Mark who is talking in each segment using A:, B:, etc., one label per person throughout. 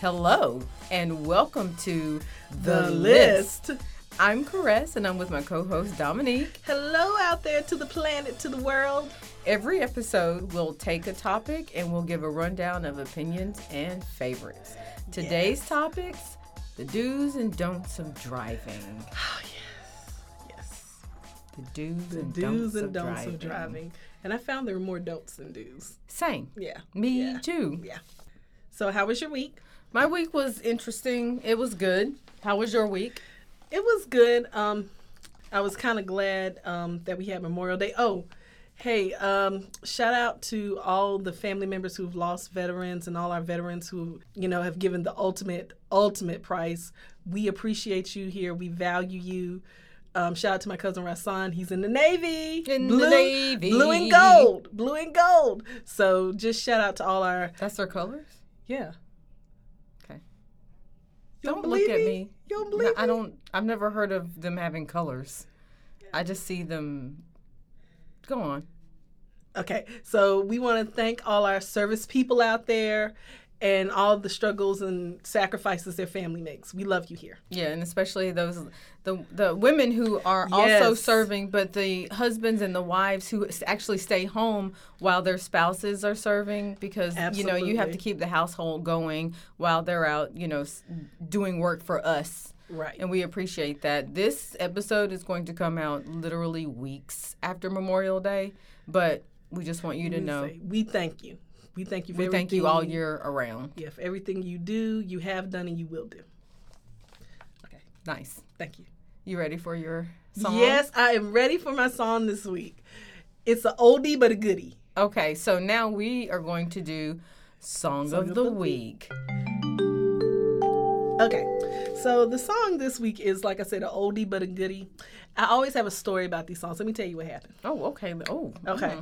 A: Hello and welcome to
B: The List.
A: I'm Caress and I'm with my co-host Dominique.
B: Hello out there to the planet, to the world.
A: Every episode we'll take a topic and we'll give a rundown of opinions and favorites. Today's topics, the do's and don'ts of driving.
B: Oh yes. Yes.
A: The do's
B: The
A: and
B: do's
A: don'ts,
B: and
A: of,
B: don'ts
A: driving.
B: of driving. And I found there were more don'ts than do's.
A: Same.
B: Yeah.
A: Me
B: Yeah.
A: too.
B: Yeah. So how was your week?
A: My week was interesting. It was good. How was your week?
B: It was good. Um I was kind of glad um that we had Memorial Day. Oh, hey, um shout out to all the family members who've lost veterans and all our veterans who, you know, have given the ultimate ultimate price. We appreciate you here. We value you. Um, shout out to my cousin Rasan. He's in the Navy.
A: In the Navy.
B: Blue and gold. Blue and gold. So just shout out to all our
A: That's their colors?
B: yeah.
A: Okay.
B: You
A: Don't look
B: believe
A: at me.
B: You don't
A: No,
B: believe
A: I don't. I've never heard of them having colors. I just see them. Go on.
B: Okay, so we want to thank all our service people out there and all the struggles and sacrifices their family makes. We love you here.
A: Yeah, and especially those the the women who are also
B: Yes.
A: serving, but the husbands and the wives who s- actually stay home while their spouses are serving because you know you have
B: Absolutely.
A: to keep the household going while they're out, you know, s- doing work for us.
B: Right.
A: And we appreciate that. This episode is going to come out literally weeks after Memorial Day, but we just want you to
B: We
A: know
B: say, we thank you. We thank you for
A: We
B: everything.
A: thank you all year around.
B: Yeah, for everything you do, you have done, and you will do. Okay,
A: Nice.
B: thank you.
A: You ready for your song?
B: Yes, I am ready for my song this week. It's an oldie but a goodie.
A: Okay, so now we are going to do Song, of, the, Week.
B: Okay, so the song this week is, like I said, an oldie but a goodie. I always have a story about these songs. Let me tell you what happened.
A: Oh, okay. Oh,
B: Okay.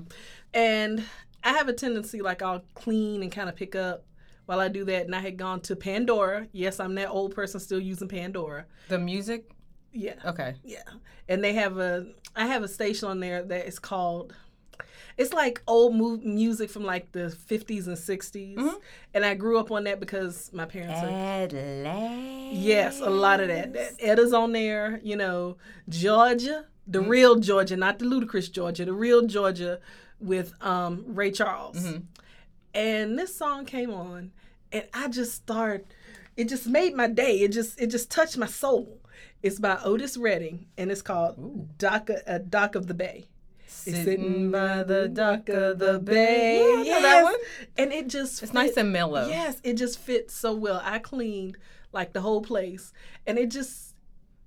B: And I have a tendency, like, I'll clean and kind of pick up while I do that. And I had gone to Pandora. Yes, I'm that old person still using Pandora.
A: The music?
B: Yeah.
A: Okay.
B: Yeah. And they have a, I have a station on there that is called, it's like old mu- music from like the 50s and 60s. And I grew up on that because my parents are. Yes, a lot of that. that. Edda's on there, you know, Georgia, the real Georgia, not the ludicrous Georgia, the real Georgia with um, Ray Charles. And this song came on and I just started it just made my day. It just it just touched my soul. It's by Otis Redding and it's called Dock, of- uh, Dock of the Bay. It's sitting by the dock of the bay.
A: Yeah, I know that one.
B: And it just
A: It's nice and mellow.
B: Yes, it just fits so well. I cleaned like the whole place, and it just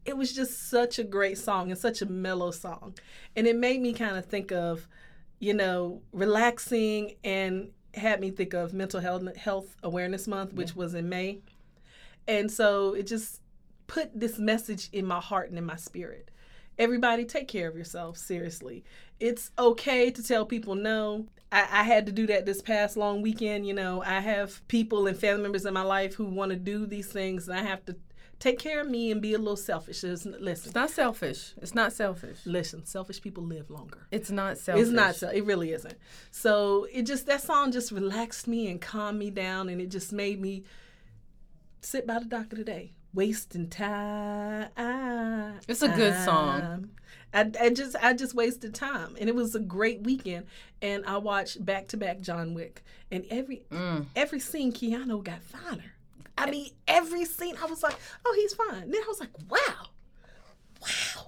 B: it was just such a great song and such a mellow song, and it made me kind of think of, you know, relaxing and had me think of Mental Health Health Awareness Month, which was in May, and so it just put this message in my heart and in my spirit. Everybody, take care of yourself. Seriously, it's okay to tell people no. I, I had to do that this past long weekend. You know, I have people and family members in my life who want to do these things, and I have to take care of me and be a little selfish. Just listen,
A: It's not selfish. It's not selfish.
B: listen. Selfish people live longer.
A: It's not selfish.
B: It's not. so- It really isn't. So it just that song just relaxed me and calmed me down, and it just made me sit by the doctor today, wasting time.
A: It's a good song.
B: Time. I, I just I just wasted time, and it was a great weekend. And I watched back to back John Wick, and every
A: Mm.
B: every scene Keanu got finer. I mean, every scene I was like, oh, he's fine. Then I was like, wow, wow.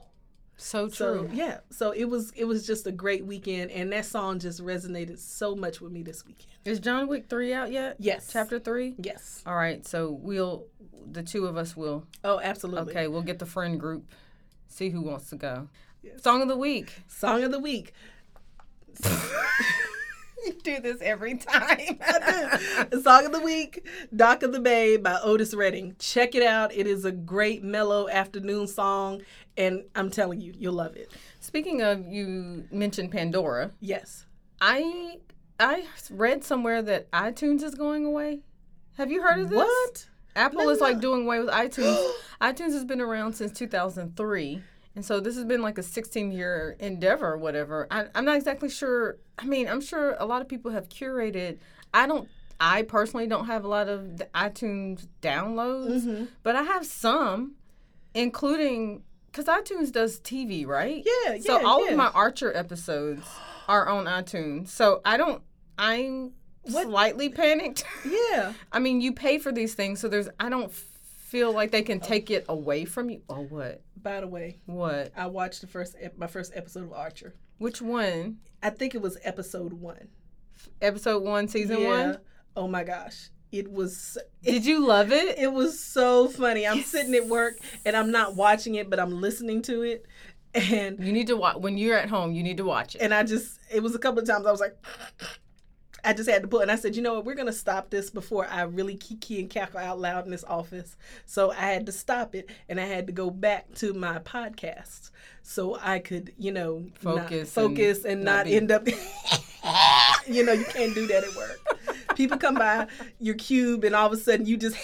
A: So true.
B: So yeah, so it was it was just a great weekend, and that song just resonated so much with me this weekend.
A: Is John Wick 3 out yet?
B: Yes.
A: Chapter 3?
B: Yes.
A: All right, so we'll, the two of us will
B: Oh, absolutely.
A: Okay, we'll get the friend group. See who wants to go. Song of the week.
B: Song of the week.
A: You do this every time.
B: Song of the week, Dock of the Bay by Otis Redding. Check it out. It is a great mellow afternoon song, and I'm telling you, you'll love it.
A: Speaking of, you mentioned Pandora.
B: Yes.
A: I I read somewhere that iTunes is going away. Have you heard of this?
B: What?
A: Apple is like doing away with iTunes. iTunes has been around since 2003. And so this has been like a 16 year endeavor or whatever. I, I'm not exactly sure. I mean, I'm sure a lot of people have curated. I don't. I personally don't have a lot of d- iTunes downloads, but I have some, including because iTunes does TV, right?
B: Yeah,
A: So
B: yeah,
A: all
B: yeah.
A: of my Archer episodes are on iTunes. So I don't. I'm slightly panicked.
B: Yeah.
A: I mean, you pay for these things, so there's. I don't feel like they can take it away from you. Oh, what?
B: By the way,
A: What?
B: I watched the first ep- my first episode of Archer.
A: Which one?
B: I think it was episode one.
A: Episode one, season one.
B: Oh my gosh, it was
A: Did you love it?
B: it was so funny. I'm sitting at work and I'm not watching it, but I'm listening to it, and
A: You need to watch when you're at home. You need to watch it.
B: and I just it was a couple of times I was like. I just had to pull, and I said, "You know what? We're gonna stop this before I really kiki and cackle out loud in this office." So I had to stop it, and I had to go back to my podcast so I could, you know, not-
A: Focus and
B: focus, and,
A: not
B: not,
A: be-
B: end up. you know, you can't do that at work. People come by your cube, and all of a sudden you just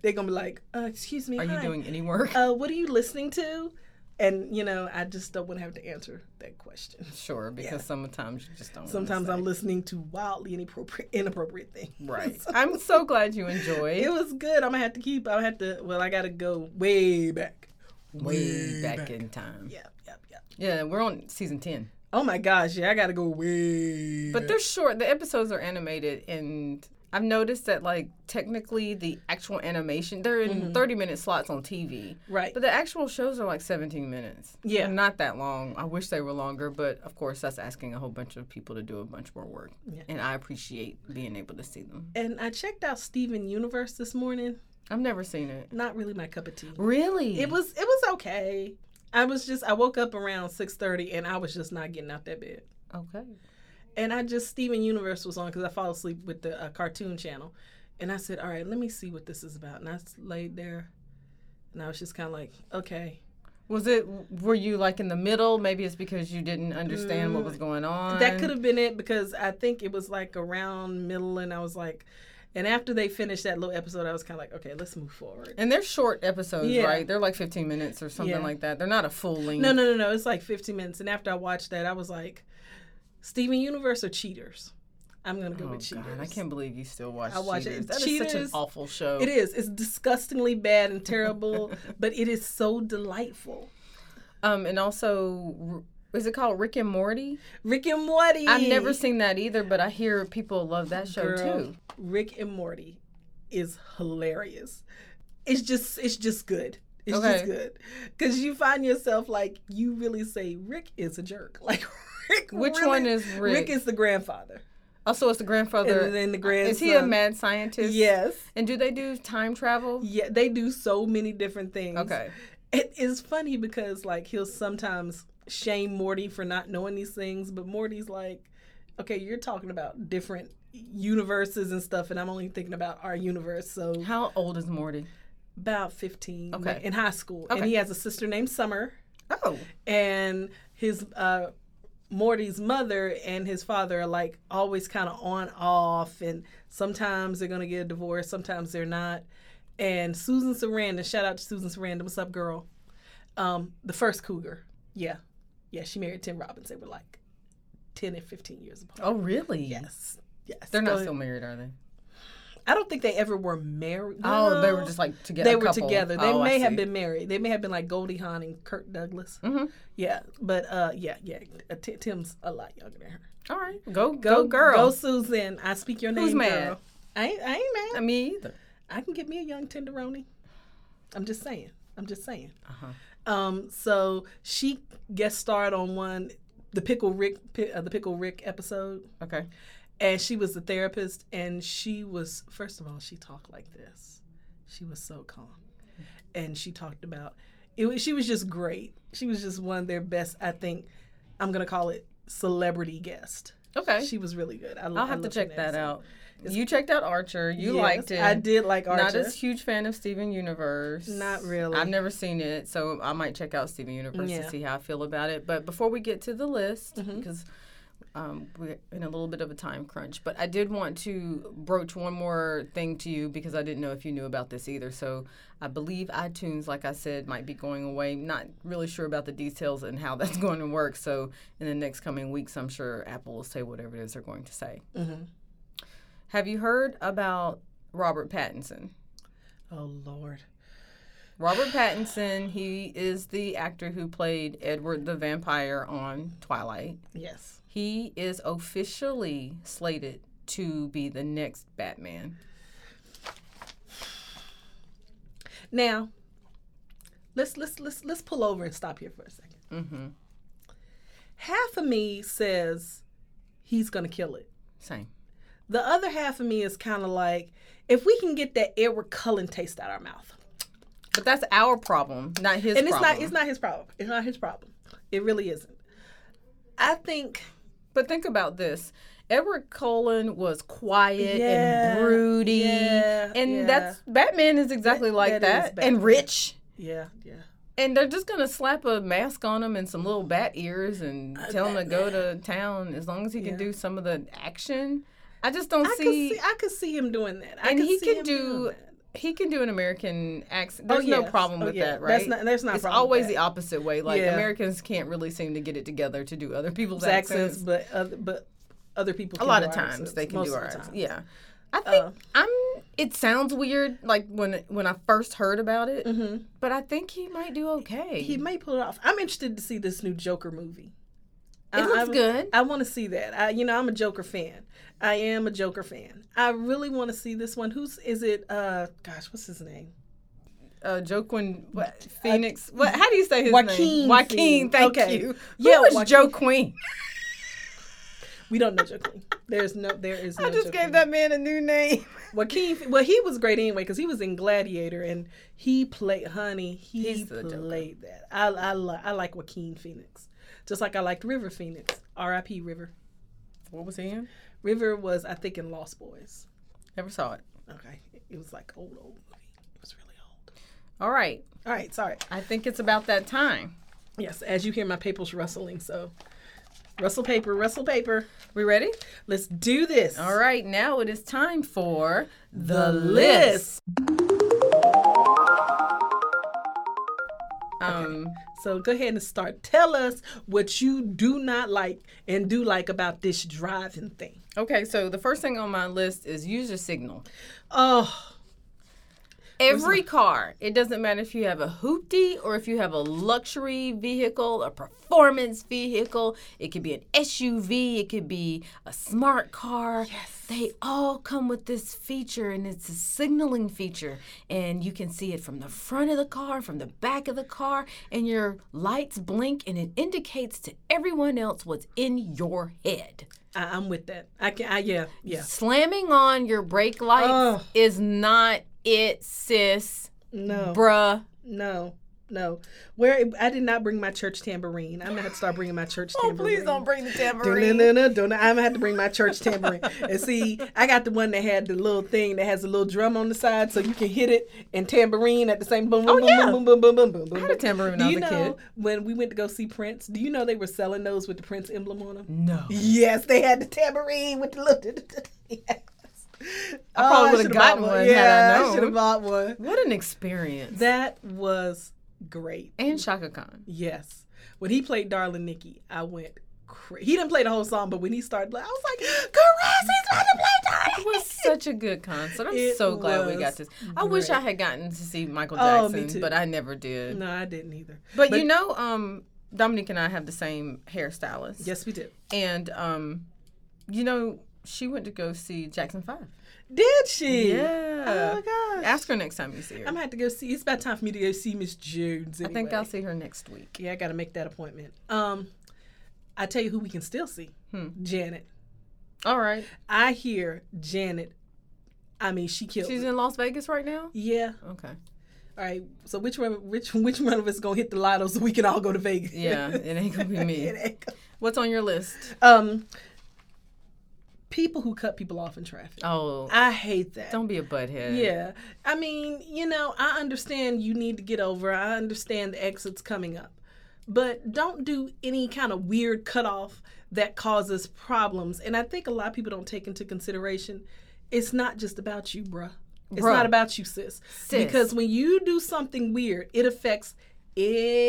B: they're gonna be like, uh, "Excuse me,
A: Are you
B: hi,
A: doing any work?
B: Uh, what are you listening to?" And you know, I just don't want to have to answer that question.
A: Sure, because sometimes you just don't. wanna
B: Sometimes
A: say.
B: I'm listening to wildly inappropriate, inappropriate things.
A: Right. I'm so glad you enjoyed.
B: It was good. I'm gonna have to keep. I'm gonna have to. Well, I gotta go way back.
A: Way back in time.
B: Yep, yep, yep.
A: Yeah, we're on season ten,
B: Oh my gosh, yeah, I gotta go way.
A: but they're short. The episodes are animated, and I've noticed that like technically the actual animation they're in
B: Mm-hmm.
A: thirty minute slots on TV.
B: right,
A: But the actual shows are like 17 minutes.
B: Yeah.
A: They're Not that long. I wish they were longer, but of course, that's asking a whole bunch of people to do a bunch more work. And I appreciate being able to see them.
B: and I checked out Steven Universe this morning.
A: I've never seen it.
B: Not really my cup of tea.
A: Really?
B: It was. It was okay. I was just. I woke up around six thirty, and I was just not getting out that bed.
A: okay.
B: and I just Steven Universe was on because I fall asleep with the uh, cartoon channel, and I said, "All right, let me see what this is about." And I s- laid there, and I was just kind of like, "Okay."
A: Was it, were you like in the middle? Maybe it's because you didn't understand what was going on.
B: Mm, That could have been it because I think it was like around middle, and I was like, and after they finished that little episode, I was kind of like, "Okay, let's move forward."
A: And they're short episodes,
B: Yeah.
A: right? They're like 15 minutes or something
B: Yeah.
A: like that. They're not a full length.
B: No, no, no, no. It's like 15 minutes, and after I watched that, I was like, "Steven Universe or cheaters?" I'm gonna go
A: Oh,
B: with cheaters.
A: God, I can't believe you still watch
B: I watch it.
A: Cheaters.
B: It's
A: That is such an
B: Cheaters.
A: awful show.
B: It is. It's disgustingly bad and terrible, but it is so delightful.
A: Um, and also, r- is it called Rick and Morty?
B: Rick and Morty.
A: I've never seen that either, but I hear people love that show
B: Girl,
A: too.
B: Rick and Morty is hilarious. It's just it's just good. It's
A: Okay.
B: just good. Cause you find yourself like you really say Rick is a jerk. Like Rick
A: Which
B: really-
A: one is Rick?
B: Rick is the grandfather.
A: Also, it's the grandfather.
B: And then the
A: Is he a
B: grandson.
A: mad scientist?
B: Yes.
A: And do they do time travel?
B: Yeah, they do so many different things.
A: Okay.
B: It is funny because like he'll sometimes shame Morty for not knowing these things, but Morty's like, okay, you're talking about different universes and stuff, and I'm only thinking about our universe. So
A: How old is Morty?
B: about 15,
A: Okay.
B: like, in high school, and
A: Okay.
B: he has a sister named Summer,
A: Oh,
B: and his uh, Morty's mother and his father are like always kind of on off, and sometimes they're gonna get a divorce, sometimes they're not. And Susan Sarandon, shout out to Susan Sarandon, what's up, girl? Um, the first cougar, yeah, yeah, she married Tim Robbins. They were like 10 and 15 years apart.
A: oh, really?
B: Yes, yes,
A: They're not
B: So-
A: still married, are they?
B: I don't think they ever were married.
A: Oh, they were
B: Well,
A: just like together.
B: they
A: a
B: were
A: couple.
B: together. They
A: Oh, I
B: may have
A: see.
B: been married. They may have been like Goldie Hawn and Kirk Douglas.
A: Mhm.
B: Yeah, but uh, yeah, yeah. Uh, Ti- Tim's a lot younger than her.
A: All right, go go, girl.
B: go Susan. I speak your name,
A: Who's mad?
B: girl. I ain't, I ain't
A: I
B: mad.
A: mean, either.
B: I can get me a young tenderoni. I'm just saying. I'm just saying.
A: Uh-huh.
B: Um, so she guest starred on one, the Pickle Rick, Pi- uh, the Pickle Rick episode
A: Okay.
B: and she was the therapist and she was first of all she talked like this she was so calm and she talked about it was, she was just great she was just one of their best i think i'm gonna call it celebrity guest
A: Okay.
B: she was really good I,
A: I'll have to check that out. You checked out Archer. You liked it.
B: i did like
A: Not
B: archer
A: as huge fan of Steven Universe.
B: Not really.
A: I've never seen it, so I might check out Steven Universe
B: Yeah.
A: to see how I feel about it. But before we get to the list, because um, we're in a little bit of a time crunch, but I did want to broach one more thing to you because I didn't know if you knew about this either. So I believe iTunes, like I said, might be going away. Not really sure about the details and how that's going to work. So in the next coming weeks, I'm sure Apple will say whatever it is they're going to say. Have you heard about Robert Pattinson?
B: Oh Lord.
A: Robert Pattinson, he is the actor who played Edward the Vampire on Twilight.
B: Yes.
A: He is officially slated to be the next Batman.
B: Now, let's let's let's let's pull over and stop here for a 2nd
A: Mm-hmm.
B: Half of me says he's gonna kill it.
A: Same.
B: The other half of me is kind of like, if we can get that Edward Cullen taste out our mouth,
A: But that's our problem, not his
B: and it's
A: problem.
B: not it's not his problem. It's not his problem. It really isn't. I think
A: But think about this. Edward Cullen was quiet
B: Yeah,
A: and broody.
B: yeah,
A: and
B: yeah.
A: that's Batman is exactly like
B: that is
A: that. and
B: Batman.
A: rich.
B: yeah yeah.
A: And they're just gonna slap a mask on him and some little bat ears and
B: Uh,
A: tell him to go to town as long as he can do some of the action. I just don't
B: I could
A: see,
B: see I could see him doing that. I
A: and
B: could
A: he
B: see
A: can
B: him
A: do
B: doing that.
A: he can do an American accent. There's no
B: yes.
A: problem
B: Oh,
A: with
B: yeah.
A: that, right?
B: That's not- there's not a
A: It's
B: problem with
A: always
B: that.
A: the opposite way. Like
B: Yeah.
A: Americans can't really seem to get it together to do other people's accents.
B: accents, but other, but other people.
A: a
B: can
A: lot
B: do
A: of
B: our
A: times
B: accents,
A: they can
B: most
A: do
B: of the
A: ours.
B: time.
A: Yeah, I think
B: Uh,
A: I'm. It sounds weird, like when when I first heard about it, but I think he might do okay.
B: Mm-hmm. He may pull it off. I'm interested to see this new Joker movie.
A: it looks
B: I'm-
A: good.
B: I want to see that. I, you know, I'm a Joker fan. I am a Joker fan. I really want to see this one. Who's is it? Uh, gosh, what's his name?
A: Uh, Joaquin what, Phoenix. what? How do you say his
B: Joaquin
A: name? Joaquin.
B: Phoenix.
A: Thank
B: Okay.
A: you.
B: Yeah,
A: Who was
B: Joaquin.
A: Joaquin?
B: We don't know Joaquin. There's no, there is. No
A: I just
B: Joaquin.
A: gave that man a new name.
B: Joaquin. Well, he was great anyway because he was in Gladiator and he played. Honey, he
A: He's the Joker.
B: played that. I, I, li- I like Joaquin Phoenix, just like I liked River Phoenix. R.I.P. River.
A: What was he in?
B: River was, I think, in Lost Boys.
A: Never saw it.
B: Okay, it was like old, old movie. It was really old.
A: All right,
B: All right, sorry.
A: I think it's about that time.
B: Yes, as you hear, my paper's rustling. So, rustle paper, rustle paper.
A: We ready?
B: Let's do this.
A: All right, now it is time for
B: The list.
A: Um,
B: So go ahead and start. Tell us what you do not like and do like about this driving thing.
A: Okay, so the first thing on my list is user signal.
B: Oh,
A: Every car, it doesn't matter if you have a hoopty or if you have a luxury vehicle, a performance vehicle, it could be an SUV, it could be a smart car. Yes. They all come with this feature and it's a signaling feature and you can see it from the front of the car, from the back of the car and your lights blink and it indicates to everyone else what's in your head.
B: I, I'm with that. I can. I, yeah, yeah.
A: slamming on your brake lights
B: Ugh.
A: is not it, sis,
B: No,
A: bruh.
B: no, no. Where I did not bring my church tambourine. I'm gonna have to start bringing my church tambourine.
A: bring the
B: No, no, no, I'm gonna have to bring my church tambourine. and see, I got the one that had the little thing that has a little drum on the side, so you can hit it and tambourine at the same boom, boom, boom,
A: yeah.
B: boom, boom, boom, boom, boom, boom.
A: had a tambourine when
B: do
A: I was
B: you
A: a
B: know
A: kid.
B: when we went to go see Prince? Do you know they were selling those with the Prince emblem on them?
A: No.
B: Yes, they had the tambourine with the little. yes. I
A: probably would've
B: should've
A: gotten
B: bought
A: one had I
B: Yeah, I
A: known.
B: should have bought one.
A: What an experience.
B: That was great.
A: and Shaka Khan.
B: Yes. When he played Darling Nikki, I went crazy. He didn't play the whole song, but when he started, I was like, Caress, he's about to play Darling
A: It was such a good concert. I'm
B: It
A: so glad we
B: was
A: got this. I wish I
B: great.
A: had gotten to see Michael
B: Oh, me
A: Jackson,
B: too.
A: but I never did.
B: No, I didn't either.
A: But, you know, um, Dominique and I have the same hairstylist.
B: Yes, we did.
A: And, um, you know, she went to go see Jackson 5.
B: Did she? Oh
A: Yeah.
B: my gosh.
A: Ask her next time you see her.
B: I'm gonna have to go see. It's about time for me to go see Miss Jones.
A: I
B: Anyway.
A: think I'll see her next week.
B: Yeah, I gotta make that appointment. Um, I tell you who we can still see. Janet.
A: All right.
B: I hear Janet. I mean, she killed.
A: She's
B: it.
A: in Las Vegas right now?
B: yeah.
A: Okay.
B: All right. So which one? Which which one of us gonna hit the lotto so we can all go to Vegas?
A: Yeah, it ain't gonna be me.
B: It ain't gonna-
A: What's on your list?
B: um people who cut people off in traffic
A: Oh,
B: i hate that
A: don't be a butthead.
B: yeah i mean you know i understand you need to get over i understand the exits coming up but don't do any kind of weird cutoff that causes problems and i think a lot of people don't take into consideration it's not just about you bruh it's
A: Bruh.
B: not about you sis.
A: Sis.
B: because when you do something weird it affects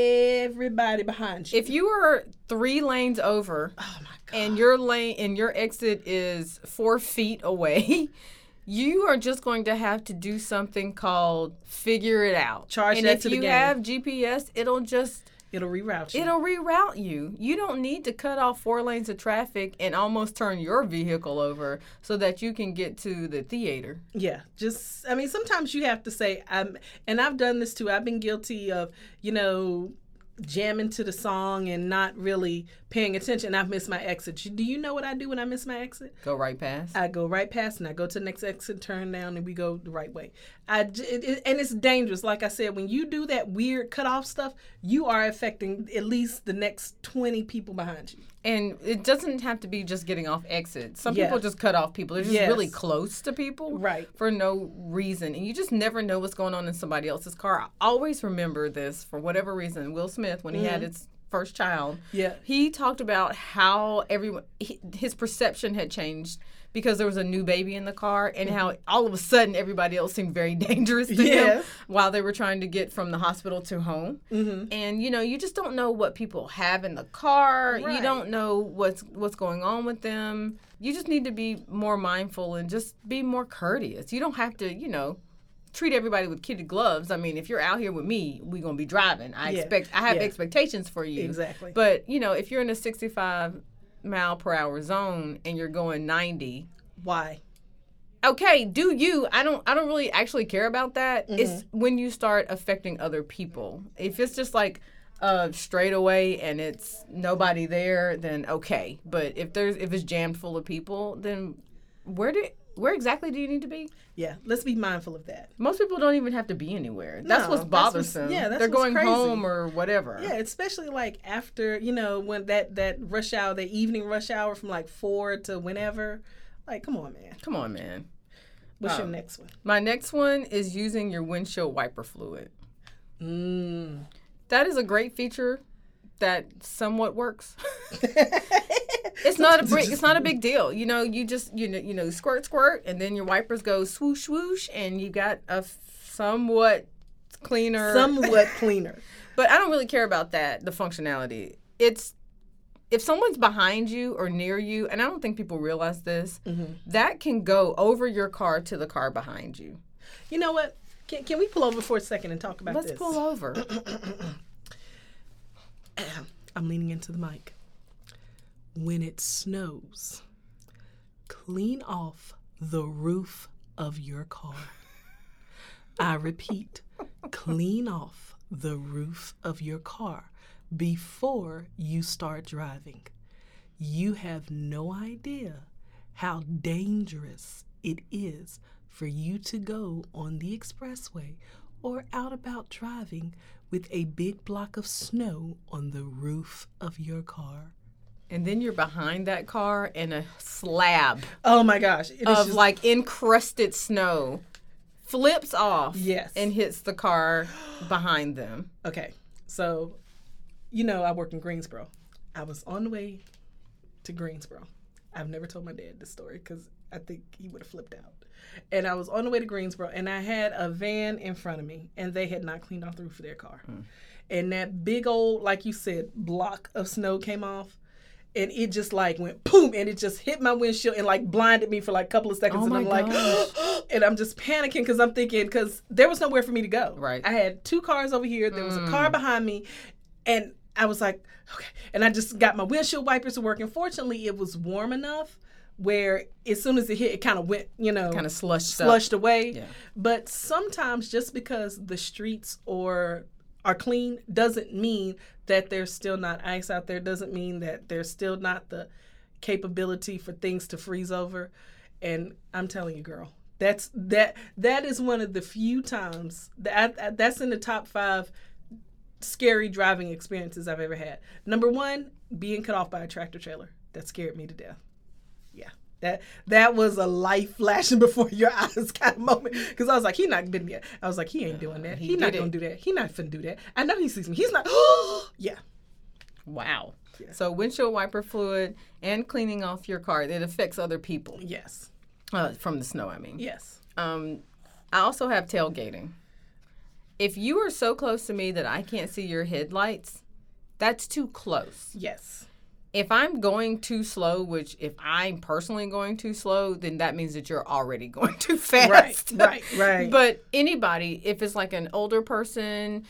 B: everybody behind you.
A: If you are three lanes over
B: oh my god.
A: and your lane and your exit is four feet away, you are just going to have to do something called figure it out.
B: Charge
A: and
B: that
A: if
B: to the
A: you
B: game.
A: have GPS, it'll just
B: It'll reroute you.
A: it'll reroute you. You don't need to cut off four lanes of traffic and almost turn your vehicle over so that you can get to the theater.
B: yeah. Just I mean sometimes you have to say I'm and I've done this too. I've been guilty of, you know, jamming to the song and not really paying attention. I've missed my exit. Do you know what I do when I miss my exit?
A: Go right past.
B: I go right past and I go to the next exit, turn down, and we go the right way. I j- it, it- and it's dangerous. Like I said, when you do that weird cutoff stuff, you are affecting at least the next twenty people behind you.
A: And it doesn't have to be just getting off exits. Some
B: Yeah.
A: people just cut off people. They're just
B: Yes.
A: really close to people
B: Right.
A: for no reason. And you just never know what's going on in somebody else's car. I always remember this for whatever reason. Will Smith, when he had his first child,
B: Mm-hmm. Yeah.
A: he talked about how everyone he, his perception had changed because there was a new baby in the car and
B: Mm-hmm.
A: how all of a sudden everybody else seemed very dangerous to him
B: Yes.
A: while they were trying to get from the hospital to home
B: Mm-hmm.
A: and you know you just don't know what people have in the car you
B: Right.
A: don't know what's what's going on with them you just need to be more mindful and just be more courteous you don't have to you know treat everybody with kitty gloves i mean if you're out here with me we're going to be driving i
B: Yeah.
A: expect i have
B: Yeah.
A: expectations for you
B: Exactly.
A: but you know, if you're in a 65 mile per hour zone and you're going 90,
B: Why?
A: okay, do you? I don't. I don't really actually care about that. It's
B: Mm-hmm.
A: when you start affecting other people. If it's just like uh, straight away and it's nobody there, then okay. But if there's if it's jammed full of people, then where do where exactly do you need to be?
B: Yeah. Let's be mindful of that.
A: Most people don't even have to be anywhere. that's
B: No,
A: what's
B: that's what's-
A: bothersome.
B: yeah, that's
A: they're
B: what's
A: going
B: crazy.
A: home or whatever.
B: Yeah, especially like after you know when that that rush hour, the evening rush hour from like four to whenever. Like, come on, man.
A: Come on, man.
B: What's
A: Oh.
B: your next one?
A: My next one is using your windshield wiper fluid.
B: Mm.
A: That is a great feature that somewhat works. It's not a big, it's not a big deal. You know, you just you know you know squirt squirt, and then your wipers go swoosh swoosh, and you got a somewhat cleaner.
B: Somewhat cleaner.
A: but I don't really care about that. The functionality. It's if someone's behind you or near you, and I don't think people realize this, that can go over your car to the car behind you.
B: You know what? Can, can we pull over for a second and talk about
A: Let's
B: this?
A: pull over.
B: I'm leaning into the mic. When it snows, clean off the roof of your car. I repeat, clean off the roof of your car before you start driving. You have no idea how dangerous it is for you to go on the expressway or out about driving with a big block of snow on the roof of your car.
A: And then you're behind that car and a slab
B: Oh my gosh. It is
A: of like encrusted snow flips off
B: Yes.
A: and hits the car behind them.
B: okay. So, you know, I work in Greensboro. I was on the way to Greensboro. I've never told my dad this story because I think he would have flipped out. And I was on the way to Greensboro, and I had a van in front of me, and they had not cleaned off the roof of their car.
A: Hmm.
B: And that big old, like you said, block of snow came off. And it just like went boom, and it just hit my windshield and like blinded me for like a couple of seconds.
A: Oh
B: and
A: my
B: I'm like, and I'm just panicking because I'm thinking, because there was nowhere for me to go.
A: Right.
B: I had two cars over here, there was a car behind me, and I was like, okay. And I just got my windshield wipers to work. And fortunately, it was warm enough where as soon as it hit, it kind of went, you know,
A: Kind of slushed
B: flushed away.
A: Yeah.
B: But sometimes just because the streets or are clean doesn't mean that there's still not ice out there. Doesn't mean that there's still not the capability for things to freeze over. And I'm telling you, girl, that's that that is one of the few times that I, I- that's in the top five scary driving experiences I've ever had. Number one, being cut off by a tractor trailer. That scared me to death. Yeah. That that was a light flashing before your eyes kind of moment. Because I was like, he not been yet. I was like, he ain't doing that. He, not
A: did it.
B: gonna do that. He not finna do that. I know he sees me. He's not Yeah.
A: up. Wow. So windshield wiper fluid and cleaning off your car, it affects other people
B: Yes.
A: uh, from the snow, I mean.
B: Yes.
A: Um, I also have tailgating. If you are so close to me that I can't see your headlights, that's too close.
B: Yes.
A: If I'm going too slow, which if I'm personally going too slow, then that means that you're already going too fast.
B: Right, right, right.
A: but anybody, if it's like an older person,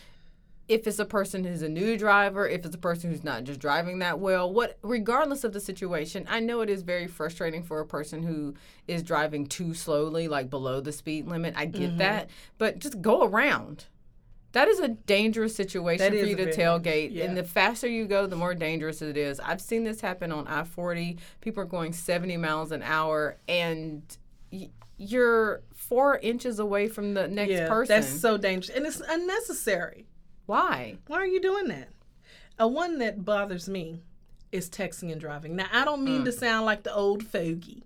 A: if it's a person who's a new driver, if it's a person who's not just driving that well, what regardless of the situation, I know it is very frustrating for a person who is driving too slowly, like below the speed limit. I get
B: Mm-hmm.
A: that, but just go around. That is a dangerous situation
B: That
A: for
B: is
A: you to
B: a very-
A: tailgate,
B: yeah.
A: and the faster you go, the more dangerous it is. I've seen this happen on I forty. People are going seventy miles an hour, and y- you're four inches away from the next
B: Yeah,
A: person.
B: that's so dangerous, and it's unnecessary.
A: Why?
B: Why are you doing that? A one that bothers me is texting and driving. Now, I don't
A: Mm.
B: mean to sound like the old fogey,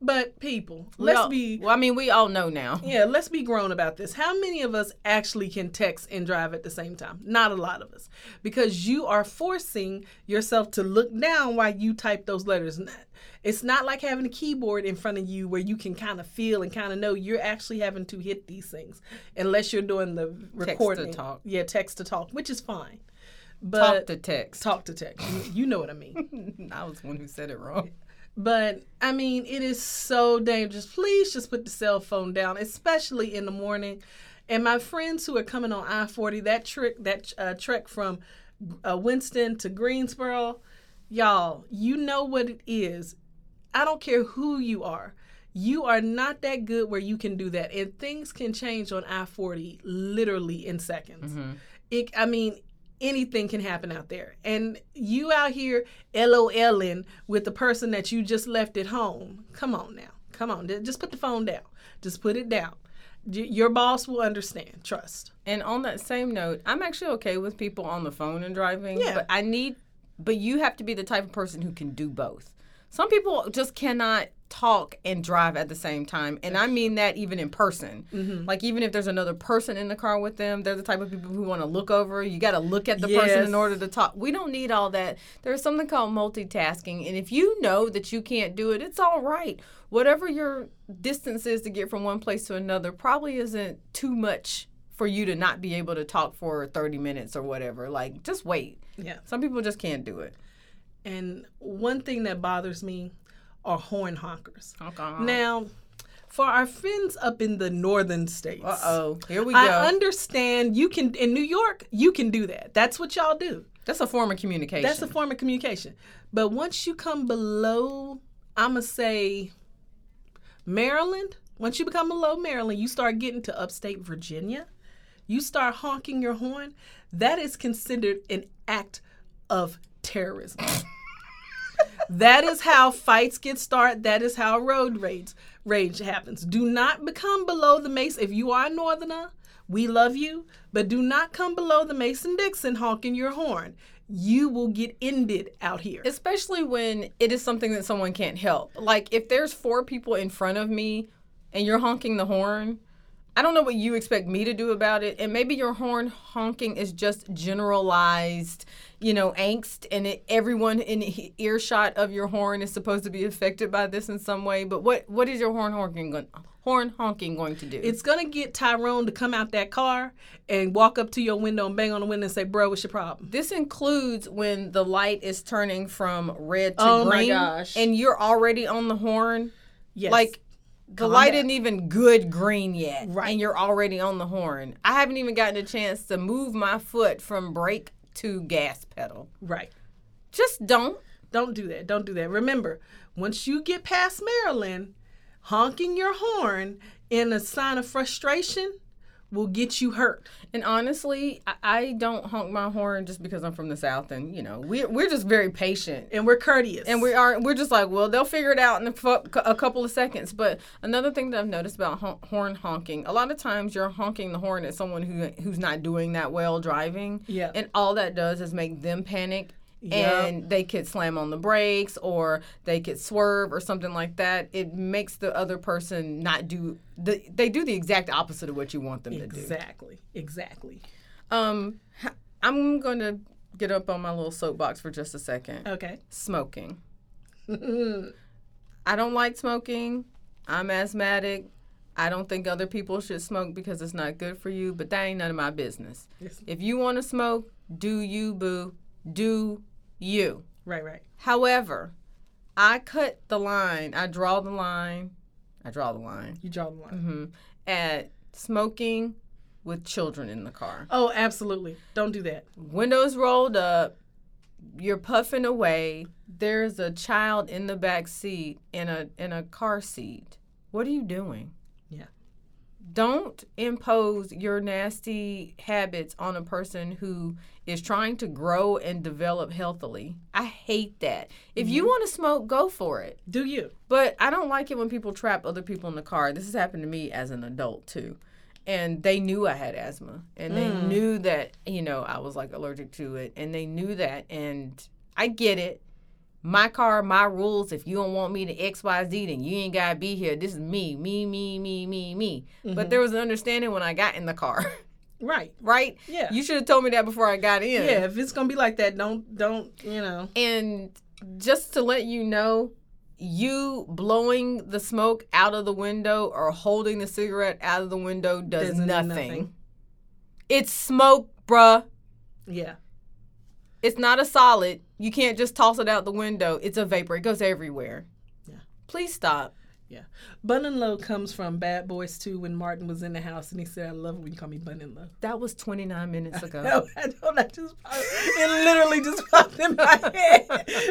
B: but people,
A: We
B: let's
A: all-
B: be
A: Well, I mean, we all know now.
B: yeah, let's be grown about this. How many of us actually can text and drive at the same time? Not a lot of us, because you are forcing yourself to look down while you type those letters. N- It's not like having a keyboard in front of you where you can kind of feel and kind of know you're actually having to hit these things, unless you're doing the recording.
A: talk.
B: Yeah, text to talk, which is fine.
A: Talk
B: But
A: to text.
B: talk to text. You- You know what I mean.
A: I was the one who said it wrong.
B: But I mean, it is so dangerous. Please just put the cell phone down, especially in the morning. And my friends who are coming on I forty, that trick, that uh, trek from uh, Winston to Greensboro, y'all, you know what it is. I don't care who you are. You are not that good where you can do that, and things can change on I forty literally in seconds. It, I mean, anything can happen out there. And you out here LOLing with the person that you just left at home. Come on now. Come on. Ju- Just put the phone down. Just put it down. Y- Your boss will understand. Trust.
A: And on that same note, I'm actually okay with people on the phone and driving.
B: Yeah.
A: But I need, but you have to be the type of person who can do both. Some people just cannot talk and drive at the same time. And I mean that even in person. Like, even if there's another person in the car with them, they're the type of people who want to look over. You got to look at the person in
B: Yes.
A: order to talk. We don't need all that. There's something called multitasking. And if you know that you can't do it, it's all right. Whatever your distance is to get from one place to another probably isn't too much for you to not be able to talk for 30 minutes or whatever. Like, just wait.
B: Yeah.
A: Some people just can't do it.
B: And one thing that bothers me are horn honkers.
A: Uh
B: Now, for our friends up in the northern states,
A: oh. Here we go.
B: I understand you can, in New York, you can do that. That's what y'all do.
A: That's a form of communication.
B: That's a form of communication. But once you come below, I'ma say Maryland. Once you become below Maryland, you start getting to upstate Virginia. You start honking your horn. That is considered an act of terrorism. that is how fights get started. That is how road rage rage happens. Do not become below the Mason. If you are a northerner, we love you, but do not come below the Mason Dixon honking your horn. You will get ended out here.
A: especially when it is something that someone can't help. Like if there's four people in front of me and you're honking the horn, I don't know what you expect me to do about it. And maybe your horn honking is just generalized, you know, angst, and it, everyone in he- earshot of your horn is supposed to be affected by this in some way. But what what is your horn honking going horn honking going to do?
B: it's gonna get Tyrone to come out that car and walk up to your window and bang on the window and say, "Bro, what's your problem?"
A: This includes when the light is turning from red to
B: Oh my
A: green,
B: gosh.
A: and you're already on the horn.
B: Yes.
A: Like the light
B: down.
A: isn't even good green yet,
B: Right.
A: and you're already on the horn. I haven't even gotten a chance to move my foot from brake to gas pedal.
B: right.
A: Just don't.
B: Don't do that. Don't do that. Remember, once you get past Maryland, honking your horn in a sign of frustration will get you hurt.
A: And honestly, I, I don't honk my horn just because I'm from the south, and you know we're we're just very patient.
B: And we're courteous.
A: And we are we're just like, well, they'll figure it out in a, fu- a couple of seconds. But another thing that I've noticed about hon- horn honking, a lot of times you're honking the horn at someone who who's not doing that well driving.
B: Yeah.
A: And all that does is make them panic.
B: Yeah.
A: And they could slam on the brakes or they could swerve or something like that. It makes the other person not do the, they do the exact opposite of what you want them to do.
B: exactly. Exactly.
A: Um h- I'm going to get up on my little soapbox for just a second
B: Okay.
A: smoking. I don't like smoking. I'm asthmatic. I don't think other people should smoke because it's not good for you, but that ain't none of my business. Yes. If you want to smoke, do you, boo. Do you.
B: Right, right.
A: However, I cut the line. I draw the line. I draw the line
B: You draw the line.
A: mhm, at smoking with children in the car.
B: Oh, absolutely. Don't do that.
A: Windows rolled up. You're puffing away. There's a child in the back seat in a in a car seat. What are you doing?
B: Yeah.
A: Don't impose your nasty habits on a person who is trying to grow and develop healthily. I hate that. If you want to smoke, go for it.
B: Do you?
A: But I don't like it when people trap other people in the car. This has happened to me as an adult too. And they knew I had asthma and they
B: Mm.
A: knew that, you know, I was like allergic to it and they knew that and I get it. My car, my rules. If you don't want me to XYZ, then you ain't gotta be here. This is me, me, me, me, me, me.
B: Mm-hmm.
A: But there was an understanding when I got in the car,
B: Right.
A: right?
B: Yeah.
A: You should have told me that before I got in.
B: Yeah, if it's gonna be like that, don't don't you know.
A: And just to let you know, you blowing the smoke out of the window or holding the cigarette out of the window does
B: Doesn't do
A: nothing.
B: nothing.
A: It's smoke, bruh.
B: Yeah.
A: It's not a solid. You can't just toss it out the window. It's a vapor. It goes everywhere.
B: Yeah.
A: Please stop.
B: Yeah. Bun and Low comes from Bad Boys 2 when Martin was in the house and he said, I love it when you call me Bun and Low.
A: That was 29 minutes ago.
B: No, I don't. I just popped- it literally just popped in my head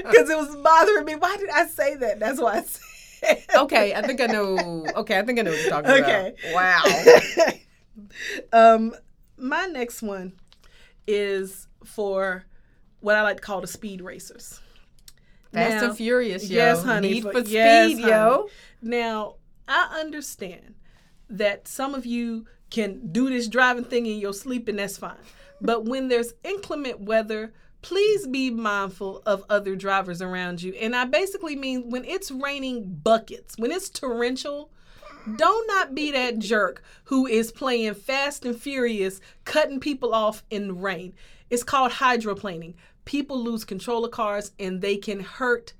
B: because it was bothering me. Why did I say that? That's why I said.
A: okay, I think I know. Okay, I think I know what you're talking
B: Okay.
A: about. Wow.
B: um, my next one is for what I like to call the speed racers.
A: Fast
B: Now-
A: and Furious, yo.
B: Yes, honey.
A: Need for
B: yes,
A: speed,
B: honey.
A: yo.
B: Now, I understand that some of you can do this driving thing in your sleep, and that's fine. But when there's inclement weather, please be mindful of other drivers around you. And I basically mean when it's raining buckets, when it's torrential, don't not be that jerk who is playing fast and furious, cutting people off in the rain. It's called hydroplaning. People lose control of cars and they can hurt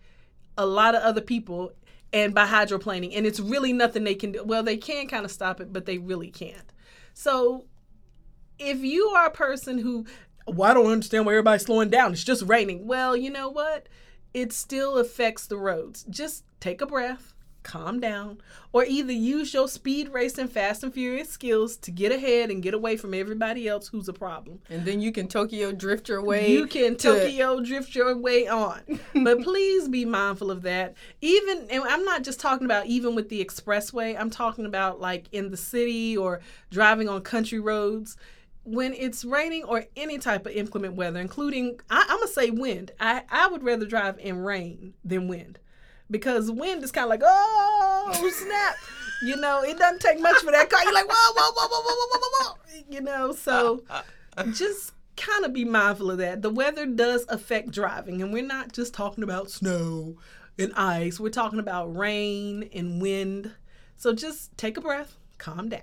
B: a lot of other people and by hydroplaning and it's really nothing they can do well they can kind of stop it but they really can't so if you are a person who well i don't understand why everybody's slowing down it's just raining well you know what it still affects the roads just take a breath calm down or either use your speed racing fast and furious skills to get ahead and get away from everybody else who's a problem
A: And then you can Tokyo drift your way.
B: you
A: to-
B: can Tokyo drift your way on. but please be mindful of that. Even, and I'm not just talking about even with the expressway, I'm talking about like in the city or driving on country roads. When it's raining or any type of inclement weather, including, I, I'm going to say wind, I, I would rather drive in rain than wind because wind is kind of like, oh, snap. You know, it doesn't take much for that car. You're like, whoa, whoa, whoa, whoa, whoa, whoa, whoa, whoa. You know, so
A: Uh,
B: just kind of be mindful of that. The weather does affect driving, and we're not just talking about snow and ice. We're talking about rain and wind. So just take a breath, calm down.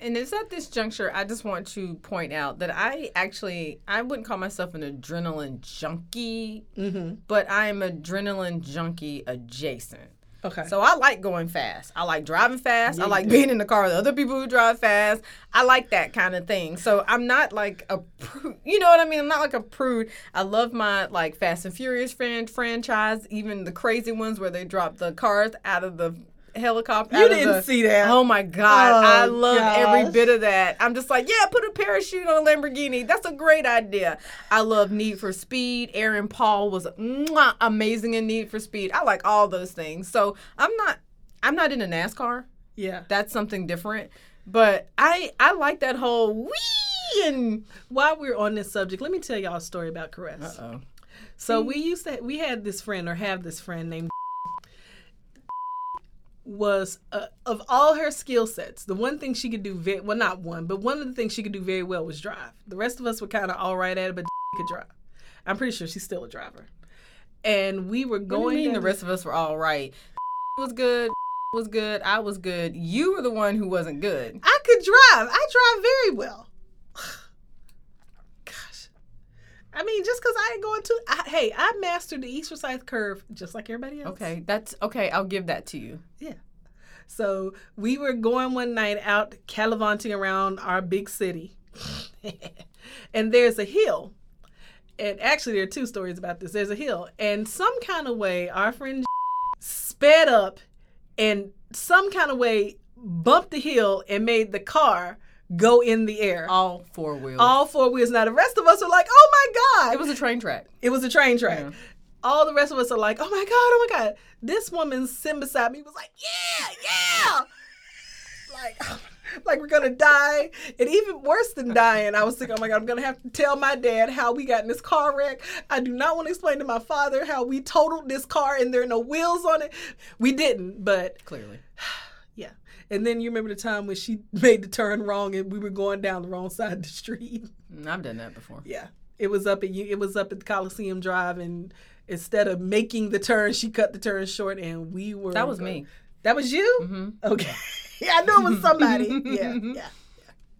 A: And it's at this juncture I just want to point out that I actually I wouldn't call myself an adrenaline junkie,
B: Mm-hmm.
A: but I am adrenaline junkie adjacent.
B: Okay.
A: So I like going fast. I like driving fast. I like being in the car with other people who drive fast. I like that kind of thing. So I'm not like a prude. You know what I mean? I'm not like a prude. I love my like Fast and Furious fran- franchise, even the crazy ones where they drop the cars out of the helicopter. out of
B: didn't
A: the-
B: see that.
A: Oh my god.
B: Oh,
A: I love every
B: gosh.
A: bit of that. I'm just like, yeah, put a parachute on a Lamborghini. That's a great idea. I love Need for Speed. Aaron Paul was mwah, amazing in Need for Speed. I like all those things. So I'm not, I'm not into NASCAR.
B: yeah.
A: That's something different. But I, I like that whole wee and
B: While we're on this subject, let me tell y'all a story about Caress.
A: oh,
B: So we
A: Mm-hmm.
B: used to we had this friend or have this friend named was uh, of all her skill sets, the one thing she could do very well not one, but one of the things she could do very well was drive. The rest of us were kind of all right at it, but could drive. I'm pretty sure she's still a driver. And we were
A: what do
B: going
A: you mean
B: down
A: the rest of us were all right. Was good. Was good. I was good. You were the one who wasn't good.
B: I could drive. I drive very well. Gosh. I mean, just because I ain't going to, I, hey, I mastered the east forsyth curve just like everybody else.
A: Okay, that's okay. I'll give that to you.
B: Yeah. So we were going one night out calivanting around our big city, and there's a hill. And actually, there are two stories about this. There's a hill, and some kind of way, our friend sped up, and some kind of way bumped the hill and made the car go in the air.
A: All four wheels.
B: All four wheels. Now the rest of us are like, "Oh my god!"
A: It was a train track.
B: It was a train track.
A: Yeah.
B: All the rest of us are like, "Oh my god! Oh my god!" This woman sitting beside me was like, "Yeah, yeah!" like, like we're gonna die, and even worse than dying, I was thinking, "Oh my god, I'm gonna have to tell my dad how we got in this car wreck. I do not want to explain to my father how we totaled this car and there are no wheels on it. We didn't, but
A: Clearly.
B: yeah. And then you remember the time when she made the turn wrong and we were going down the wrong side of the street.
A: Mm, I've done that before.
B: Yeah. It was up at you it was up at the Coliseum Drive and instead of making the turn, she cut the turn short and we were
A: That was me. Mm-hmm.
B: That was you? Okay. yeah, I knew it was somebody. yeah. Yeah.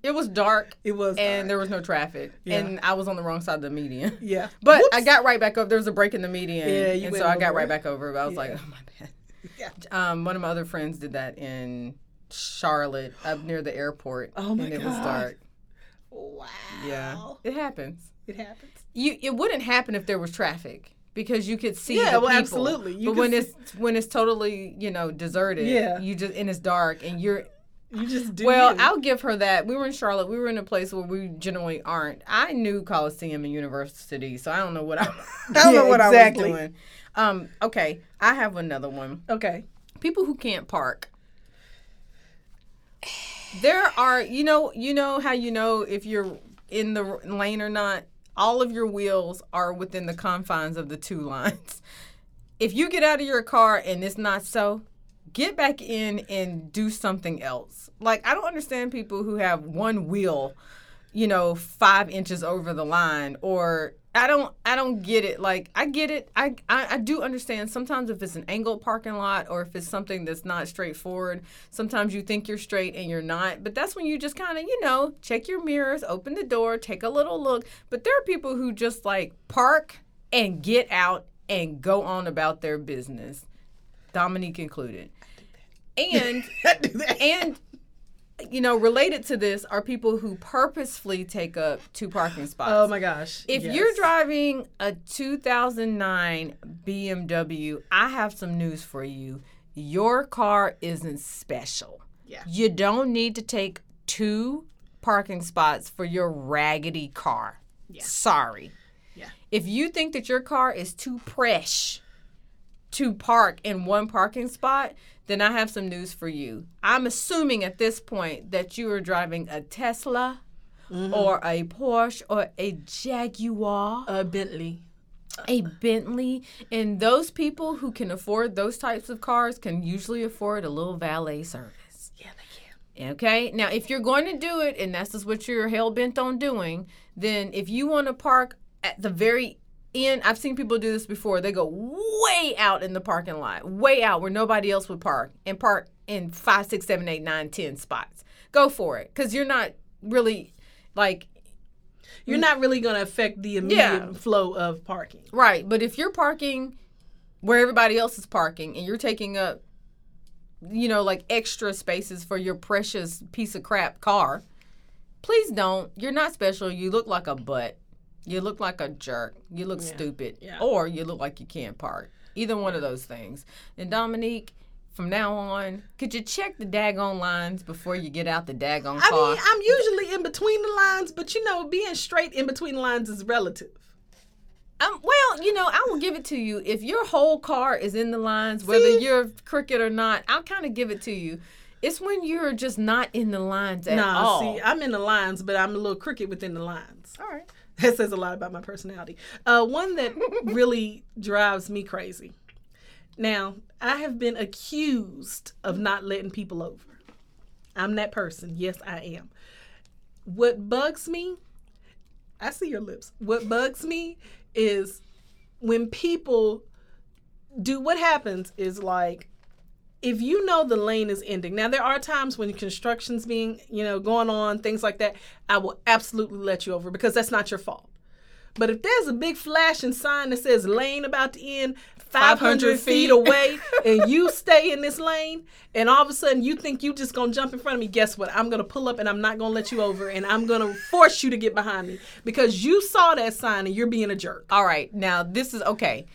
A: It was dark
B: It was
A: and there was no traffic, and I was on the wrong side of the median.
B: yeah.
A: But
B: Whoops.
A: I got right back over. There was a break in the median,
B: Yeah, you
A: and
B: went
A: so I got
B: over.
A: right back over. But I was like, oh my bad.
B: Yeah.
A: Um, one of my other friends did that in Charlotte, up near the airport.
B: Oh, my
A: and it was
B: God.
A: dark.
B: Wow.
A: Yeah, it happens.
B: It happens.
A: You it wouldn't happen if there was traffic because you could see.
B: Yeah,
A: the
B: well,
A: people.
B: absolutely. You
A: but
B: could
A: when
B: see-
A: it's when it's totally you know deserted,
B: Yeah.
A: you just and it's dark and you're
B: You just do
A: Well,
B: you.
A: I'll give her that. We were in Charlotte. We were in a place where we generally aren't. I knew Coliseum and University, so I don't know what I, I don't know
B: Yeah,
A: what I
B: exactly.
A: was doing. Um, okay, I have another one.
B: Okay.
A: People who can't park. There are, you know, you know how you know if you're in the r- lane or not. All of your wheels are within the confines of the two lines. If you get out of your car and it's not so, get back in and do something else. Like I don't understand people who have one wheel, you know, five inches over the line or I don't I don't get it. Like I get it. I, I I do understand sometimes if it's an angled parking lot or if it's something that's not straightforward, sometimes you think you're straight and you're not. But that's when you just kinda, you know, check your mirrors, open the door, take a little look. But there are people who just like park and get out and go on about their business. Dominique included. And
B: I do that.
A: and you know, related to this are people who purposefully take up two parking spots.
B: oh my gosh.
A: If
B: Yes.
A: you're driving a 2009 BMW, I have some news for you. Your car isn't special.
B: Yeah.
A: You don't need to take two parking spots for your raggedy car. Sorry.
B: Yeah.
A: If you think that your car is too fresh to park in one parking spot, then I have some news for you. I'm assuming at this point that you are driving a Tesla or a Porsche or a Jaguar,
B: uh Bentley.
A: a Bentley, and those people who can afford those types of cars can usually afford a little valet service.
B: Yeah, they can.
A: Okay. Now, if you're going to do it, and that's just what you're hell bent on doing, then if you want to park at the very end, I've seen people do this before. They go way out in the parking lot, way out where nobody else would park, and park in five, six, seven, eight, nine, ten spots. Go for it, because you're not really like
B: You're not really gonna affect the immediate
A: Mm. Yeah.
B: flow of parking.
A: Right, but if you're parking where everybody else is parking and you're taking up you know like extra spaces for your precious piece of crap car, please don't. You're not special. You look like a butt. You look like a jerk. You look stupid
B: Yeah.
A: or you look like you can't park. Either one of those things. And Dominique, from now on, could you check the daggone lines before you get out the daggone
B: I
A: car?
B: mean, I'm usually in between the lines, but you know, being straight in between the lines is relative.
A: Um, well, you know, I will give it to you. If your whole car is in the lines, whether
B: See?
A: you're crooked or not, I'll kind of give it to you. It's when you're just not in the lines at
B: Nah,
A: all.
B: see, I'm in the lines, but I'm a little crooked within the lines.
A: all right.
B: That says a lot about my personality. Uh, one that really drives me crazy. Now, I have been accused of not letting people over. I'm that person. Yes, I am. What bugs me, I see your lips. What bugs me is when people do what happens is like, if you know the lane is ending, now there are times when construction's being, you know, going on, things like that, I will absolutely let you over because that's not your fault. But if there's a big flashing sign that says lane about to end 500 feet away and you stay in this lane and all of a sudden you think you just gonna jump in front of me, guess what? I'm gonna pull up and I'm not gonna let you over and I'm gonna force you to get behind me because you saw that sign and you're being a jerk.
A: All right, now this is okay.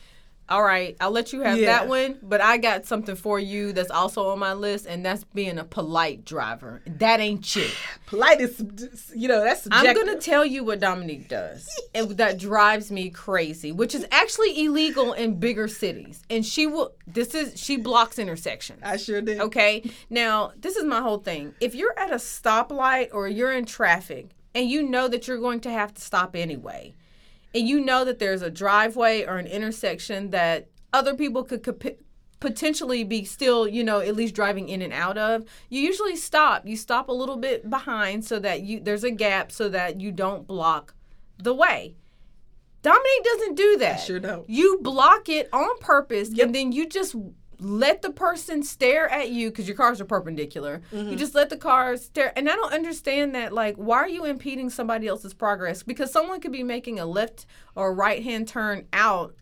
A: All right, I'll let you have
B: Yeah.
A: that one, but I got something for you that's also on my list, and that's being a polite driver. That ain't shit.
B: Polite is, you know, that's
A: I'm
B: subjective.
A: gonna tell you what Dominique does, and that drives me crazy, which is actually illegal in bigger cities. And she will. This is she blocks intersections.
B: I sure did.
A: Okay. Now, this is my whole thing. If you're at a stoplight or you're in traffic and you know that you're going to have to stop anyway, and you know that there's a driveway or an intersection that other people could could potentially be still, you know, at least driving in and out of, you usually stop. You stop a little bit behind so that you there's a gap so that you don't block the way. Dominique doesn't do that.
B: sure don't.
A: You block it on purpose, and then you just let the person stare at you because your cars are perpendicular.
B: Mm-hmm.
A: You just let the car stare, and I don't understand that. Like, why are you impeding somebody else's progress? Because someone could be making a left or right hand turn out.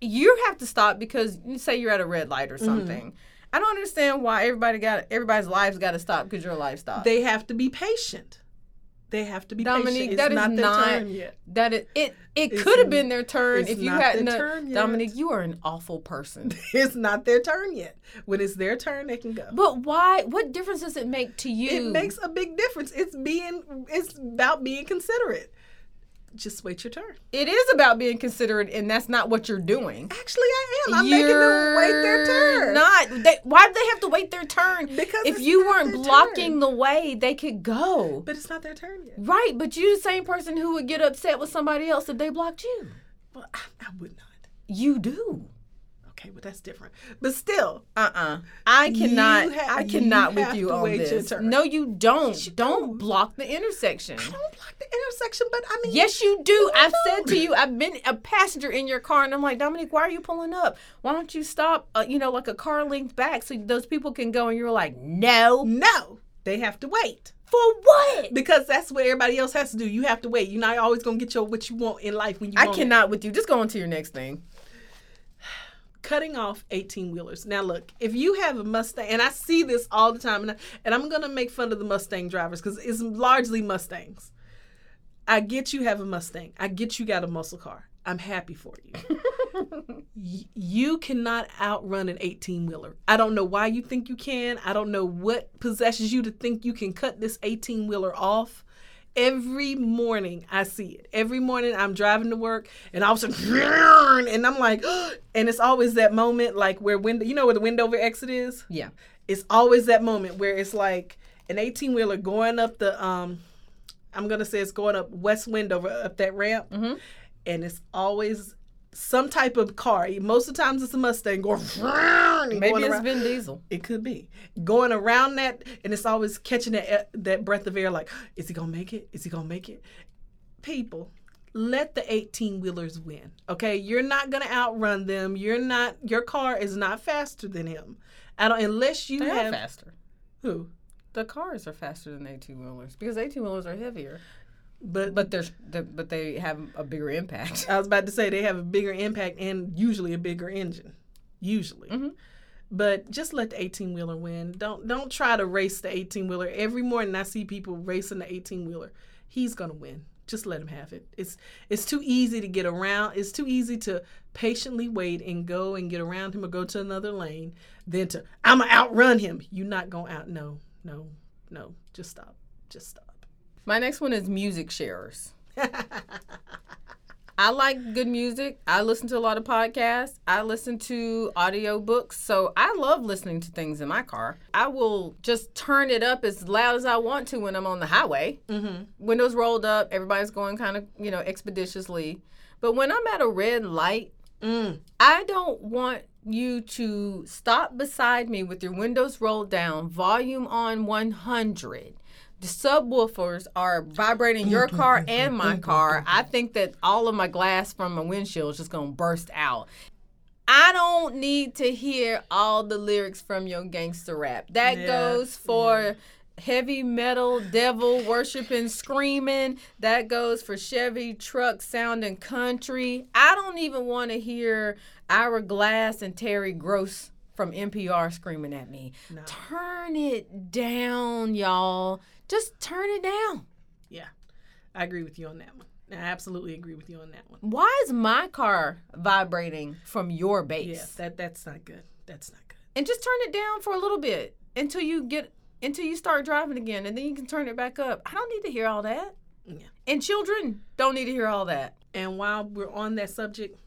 A: You have to stop because you say you're at a red light or
B: Mm-hmm.
A: something. I don't understand why everybody got everybody's lives got to stop because your life stopped.
B: They have to be patient. They have to be
A: Dominique,
B: patient.
A: that
B: it's
A: is
B: not
A: not
B: their turn yet.
A: that is, it. It
B: It's
A: could have
B: n-
A: been their turn
B: it's
A: if you
B: not
A: hadn't.
B: their
A: uh,
B: turn yet.
A: Dominique, you are an awful person.
B: It's not their turn yet. When it's their turn, they can go.
A: but why? What difference does it make to
B: It
A: you?
B: makes a big difference. It's being it's about being considerate. Just wait your turn.
A: It is about being considerate, and that's not what you're doing.
B: Actually, I am. I'm making them wait their
A: You're
B: turn.
A: Not. They, why do they have to wait their turn?
B: Because
A: if
B: it's
A: you
B: not
A: weren't
B: their
A: blocking
B: turn.
A: the way, they could go.
B: But it's not their turn yet.
A: right, but you're the same person who would get upset with somebody else if they blocked you.
B: Well, I, I would not.
A: You do.
B: Okay, but that's different. But still,
A: Uh-uh. I cannot.
B: You ha-
A: I
B: you
A: cannot with
B: have
A: you
B: to
A: on
B: wait your
A: this.
B: turn.
A: No, you don't.
B: you
A: don't
B: do.
A: block the intersection.
B: I don't block the intersection. But I mean,
A: Yes, you do. I've
B: no.
A: said to you, I've been a passenger in your car, and I'm like, Dominique, why are you pulling up? Why don't you stop? Uh, you know, like a car length back, so those people can go. And you're like, no.
B: no, they have to wait.
A: For what?
B: Because that's what everybody else has to do. You have to wait. You're not always gonna get your what you want in life when you.
A: I
B: want it.
A: cannot with you. Just go on to your next thing.
B: cutting off 18 wheelers. Now, look, if you have a Mustang, and I see this all the time, and, I, and I'm going to make fun of the Mustang drivers because it's largely Mustangs. I get you have a Mustang. I get you got a muscle car. I'm happy for you. Y- you cannot outrun an 18 wheeler. I don't know why you think you can. I don't know what possesses you to think you can cut this 18 wheeler off. Every morning I see it. Every morning I'm driving to work and all of a sudden, and I'm like, and it's always that moment like where window, you know where the window exit is?
A: Yeah.
B: it's always that moment where it's like an 18 wheeler going up the um i'm gonna say it's going up west windover up that ramp and it's always some type of car most of the times it's a mustang going, and
A: Maybe
B: going
A: it's
B: around.
A: Vin Diesel.
B: it could be going around that and it's always catching that that breath of air like is he gonna make it is he gonna make it people let the 18 wheelers win okay you're not gonna outrun them you're not your car is not faster than him i don't unless you
A: They are
B: have
A: faster.
B: who
A: The cars are faster than eighteen wheelers because eighteen wheelers are heavier,
B: but,
A: but they're, they but they have a bigger impact.
B: I was about to say they have a bigger impact and usually a bigger engine, usually. But just let the eighteen wheeler win. Don't don't try to race the eighteen wheeler. Every morning I see people racing the eighteen wheeler. He's gonna win. Just let him have it. It's it's too easy to get around. It's too easy to patiently wait and go and get around him or go to another lane than to I'ma outrun him. You're not gonna out no no no. Just stop. Just stop.
A: My next one is music sharers. I like good music. I listen to a lot of podcasts. I listen to audiobooks. So I love listening to things in my car. I will just turn it up as loud as I want to when I'm on the highway. Mm-hmm. Windows rolled up, everybody's going kind of, you know, expeditiously. But when I'm at a red light,
B: Mm.
A: I don't want you to stop beside me with your windows rolled down, volume on 100. The subwoofers are vibrating your car and my car. I think that all of my glass from my windshield is just going to burst out. I don't need to hear all the lyrics from your gangster rap. That
B: Yeah, Mm.
A: goes for heavy metal, devil worshiping, screaming. That goes for Chevy truck sounding country. I don't even want to hear Ira Glass and Terry Gross from NPR screaming at me.
B: No.
A: Turn it down, y'all. Just turn it down.
B: Yeah, I agree with you on that one. I absolutely agree with you on that one.
A: Why is my car vibrating from your bass?
B: Yeah, that that's not good. That's not good.
A: and just turn it down for a little bit until you get until you start driving again and then you can turn it back up i don't need to hear all that
B: Yeah.
A: and children don't need to hear all that
B: And while we're on that subject,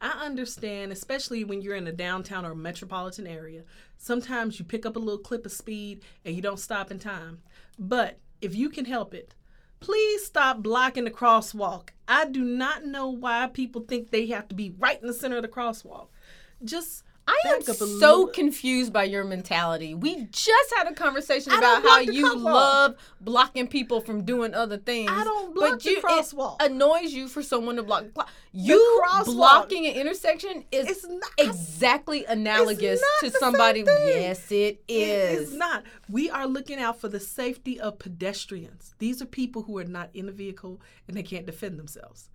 B: I understand, especially when you're in a downtown or metropolitan area, sometimes you pick up a little clip of speed and you don't stop in time. But if you can help it, please stop blocking the crosswalk. I do not know why people think they have to be right in the center of the crosswalk. Just
A: i am
B: Back up a
A: so
B: little-
A: confused by your mentality we just had a conversation
B: I don't
A: about how
B: block the
A: you
B: crosswalk.
A: love blocking people from doing other things
B: I don't block the
A: you,
B: crosswalk.
A: it annoys you for someone to block clo- you
B: crosswalk.
A: blocking an intersection is
B: It's not-
A: exactly analogous to
B: not the same
A: somebody
B: thing.
A: yes it
B: It
A: is
B: is not. We are looking out for the safety of pedestrians. These are people who are not in a vehicle and they can't defend themselves.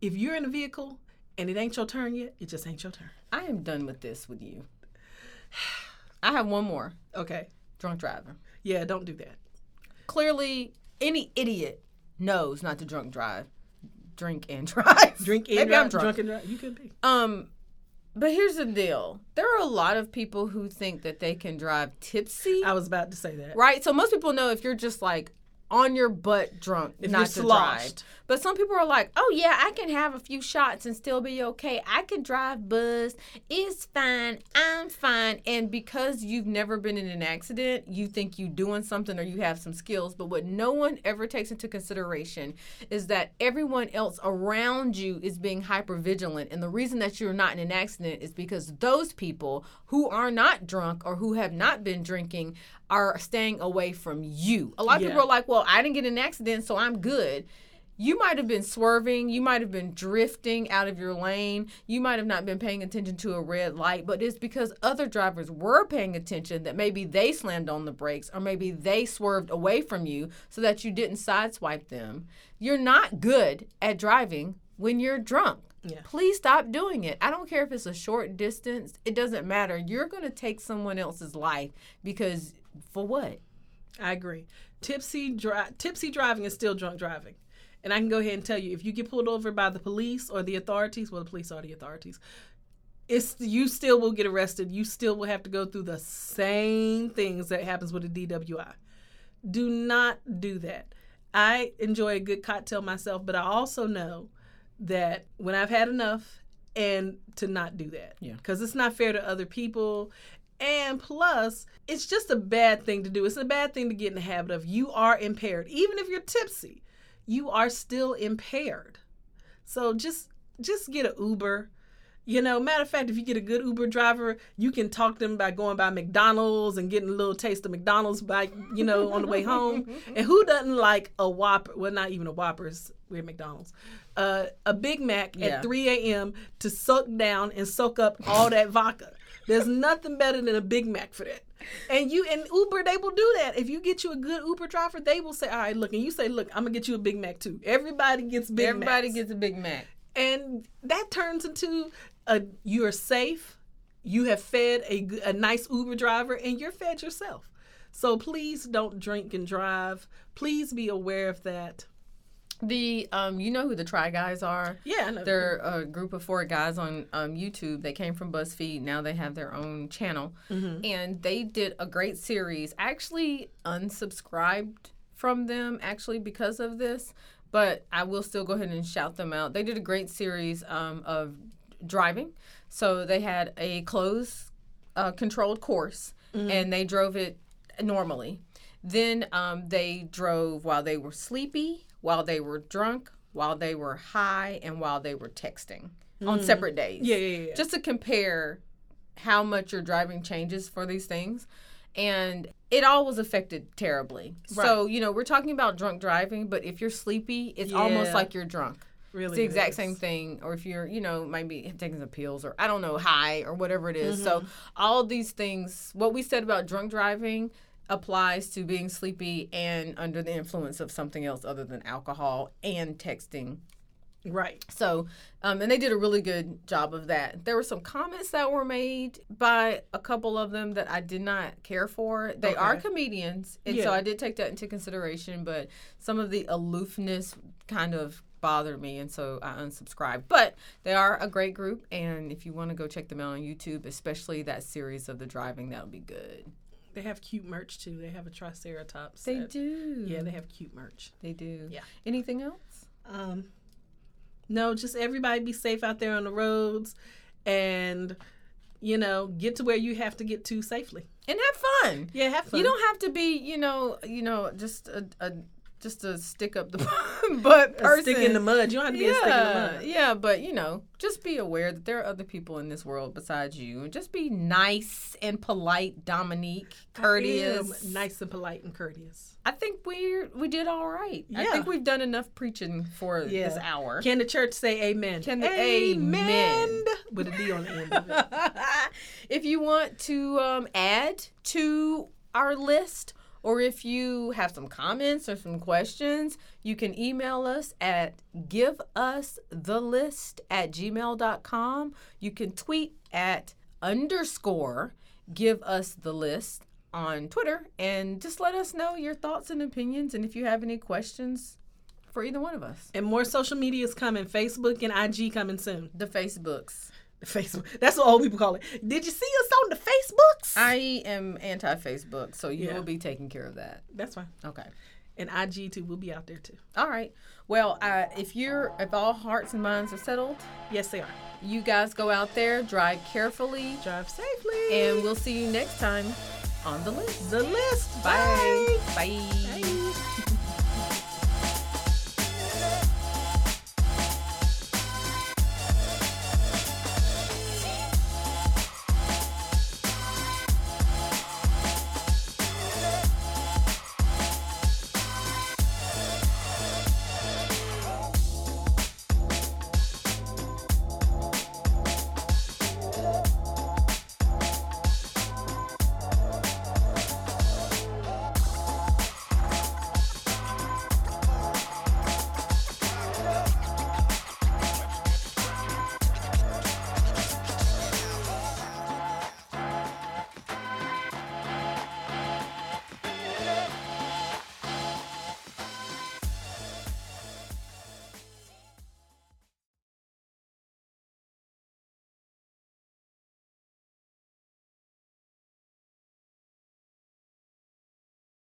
B: If you're in a vehicle and it ain't your turn yet, it just ain't your turn.
A: I am done with this with you. I have one more
B: Okay.
A: drunk driver.
B: Yeah, don't do that.
A: Clearly, any idiot knows not to drunk drive, drink and drive.
B: Drink and
A: Maybe
B: drive.
A: I'm drunk.
B: and drive. You could be.
A: Um, but here's the deal: there are a lot of people who think that they can drive tipsy,
B: I was about to say that.
A: right? So most people know if you're just like on your butt drunk,
B: If
A: not
B: you're
A: to drive.
B: sloshed.
A: But some people are like, "Oh yeah, I can have a few shots and still be okay. I can drive buzz. It's fine. I'm fine." And because you've never been in an accident, you think you're doing something or you have some skills. But what no one ever takes into consideration is that everyone else around you is being hyper vigilant. And the reason that you're not in an accident is because those people who are not drunk or who have not been drinking are staying away from you. A lot of
B: Yeah.
A: people are like, "Well, I didn't get in an accident, so I'm good." you might have been swerving, you might have been drifting out of your lane, you might have not been paying attention to a red light, but it's because other drivers were paying attention that maybe they slammed on the brakes or maybe they swerved away from you so that you didn't sideswipe them. You're not good at driving when you're drunk.
B: Yeah.
A: Please stop doing it. I don't care if it's a short distance, it doesn't matter. You're going to take someone else's life because for what?
B: I agree. Tipsy dri- tipsy driving is still drunk driving. And I can go ahead and tell you if you get pulled over by the police or the authorities, well the police are the authorities. It's you still will get arrested. You still will have to go through the same things that happens with a DWI. Do not do that. I enjoy a good cocktail myself, but I also know that when I've had enough and to not do that.
A: Yeah.
B: Because it's not fair to other people. And plus, it's just a bad thing to do. It's a bad thing to get in the habit of. You are impaired. Even if you're tipsy, you are still impaired. So just just get an Uber. You know, matter of fact, if you get a good Uber driver, you can talk to them by going by McDonald's and getting a little taste of McDonald's by you know on the way home. And who doesn't like a Whopper? Well, not even a Whoppers. We're McDonald's. Uh, a Big Mac
A: Yeah.
B: at 3 a.m. to soak down and soak up all that vodka. There's nothing better than a Big Mac for that. And you and Uber, they will do that. If you get you a good Uber driver, they will say, "All right, look," and you say, "Look, I'm gonna get you a Big Mac too." Everybody gets Big Macs
A: Everybody gets a Big Mac.
B: and that turns into a you're safe you have fed a, g- a nice uber driver and you're fed yourself so please don't drink and drive please be aware of that
A: The um you know who the try guys are?
B: yeah I know.
A: They're a group of four guys on um, YouTube. They came from BuzzFeed. Now they have their own channel. And they did a great series. I actually unsubscribed from them, actually, because of this. But I will still go ahead and shout them out. They did a great series um, of driving. So they had a closed, uh, controlled course,
B: Mm-hmm.
A: and they drove it normally. Then um, they drove while they were sleepy, while they were drunk, while they were high, and while they were texting on separate days.
B: Mm-hmm. yeah yeah yeah, yeah.
A: Just to compare how much your driving changes for these things. And it all was affected terribly. So, you know, we're talking about drunk driving, but if you're sleepy, it's almost
B: Yeah.
A: like you're drunk.
B: really
A: It's the exact
B: is.
A: same thing. Or if you're, you know, maybe taking some pills or I
B: Mm-hmm.
A: don't know, high or whatever it is. So all these things, what we said about drunk driving applies to being sleepy and under the influence of something else other than alcohol and texting.
B: Right.
A: So, um, and they did a really good job of that. There were some comments that were made by a couple of them that I did not care for. They
B: Okay.
A: are comedians, and
B: Yeah.
A: so I did take that into consideration, but some of the aloofness kind of bothered me, and so I unsubscribed. But they are a great group, and if you want to go check them out on YouTube, especially that series of the driving, that would be good.
B: They have cute merch too. They have a triceratops.
A: They
B: set.
A: do.
B: Yeah, they have cute merch.
A: They do.
B: Yeah.
A: Anything else?
B: Um, no, just everybody be safe out there on the roads, and you know, get to where you have to get to safely.
A: And have fun.
B: Yeah, have fun.
A: You don't have to be, you know, you know, just a, a just a stick up the butt
B: a
A: person.
B: stick in the mud. You don't have to be a stick in the
A: yeah,
B: mud.
A: yeah, but you know, just be aware that there are other people in this world besides you, and just be nice and polite, Dominique, courteous.
B: I am nice and polite and courteous.
A: I think we we did all right. I
B: Yeah.
A: think we've done enough preaching for
B: Yeah.
A: this hour.
B: Can the church say amen?
A: Can the amen.
B: with a D on the end of it?
A: if you want to um, add to our list, or if you have some comments or some questions, you can email us at giveusthelist at gmail.com. You can tweet at underscore give us the list on Twitter and just let us know your thoughts and opinions and if you have any questions for either one of us.
B: And more social media is coming. Facebook and IG coming soon.
A: The Facebooks.
B: Facebook. That's what old people call it. Did you see us on the Facebooks?
A: I am anti Facebook, so you
B: Yeah.
A: will be taking care of that.
B: That's fine.
A: Okay.
B: And IG too. We'll be out there too.
A: All right. Well, uh, if you're if all hearts and minds are settled,
B: Yes, they are.
A: you guys go out there, drive carefully,
B: Drive safely.
A: and we'll see you next time on the list.
B: the list.
A: Bye. Bye.
B: Bye.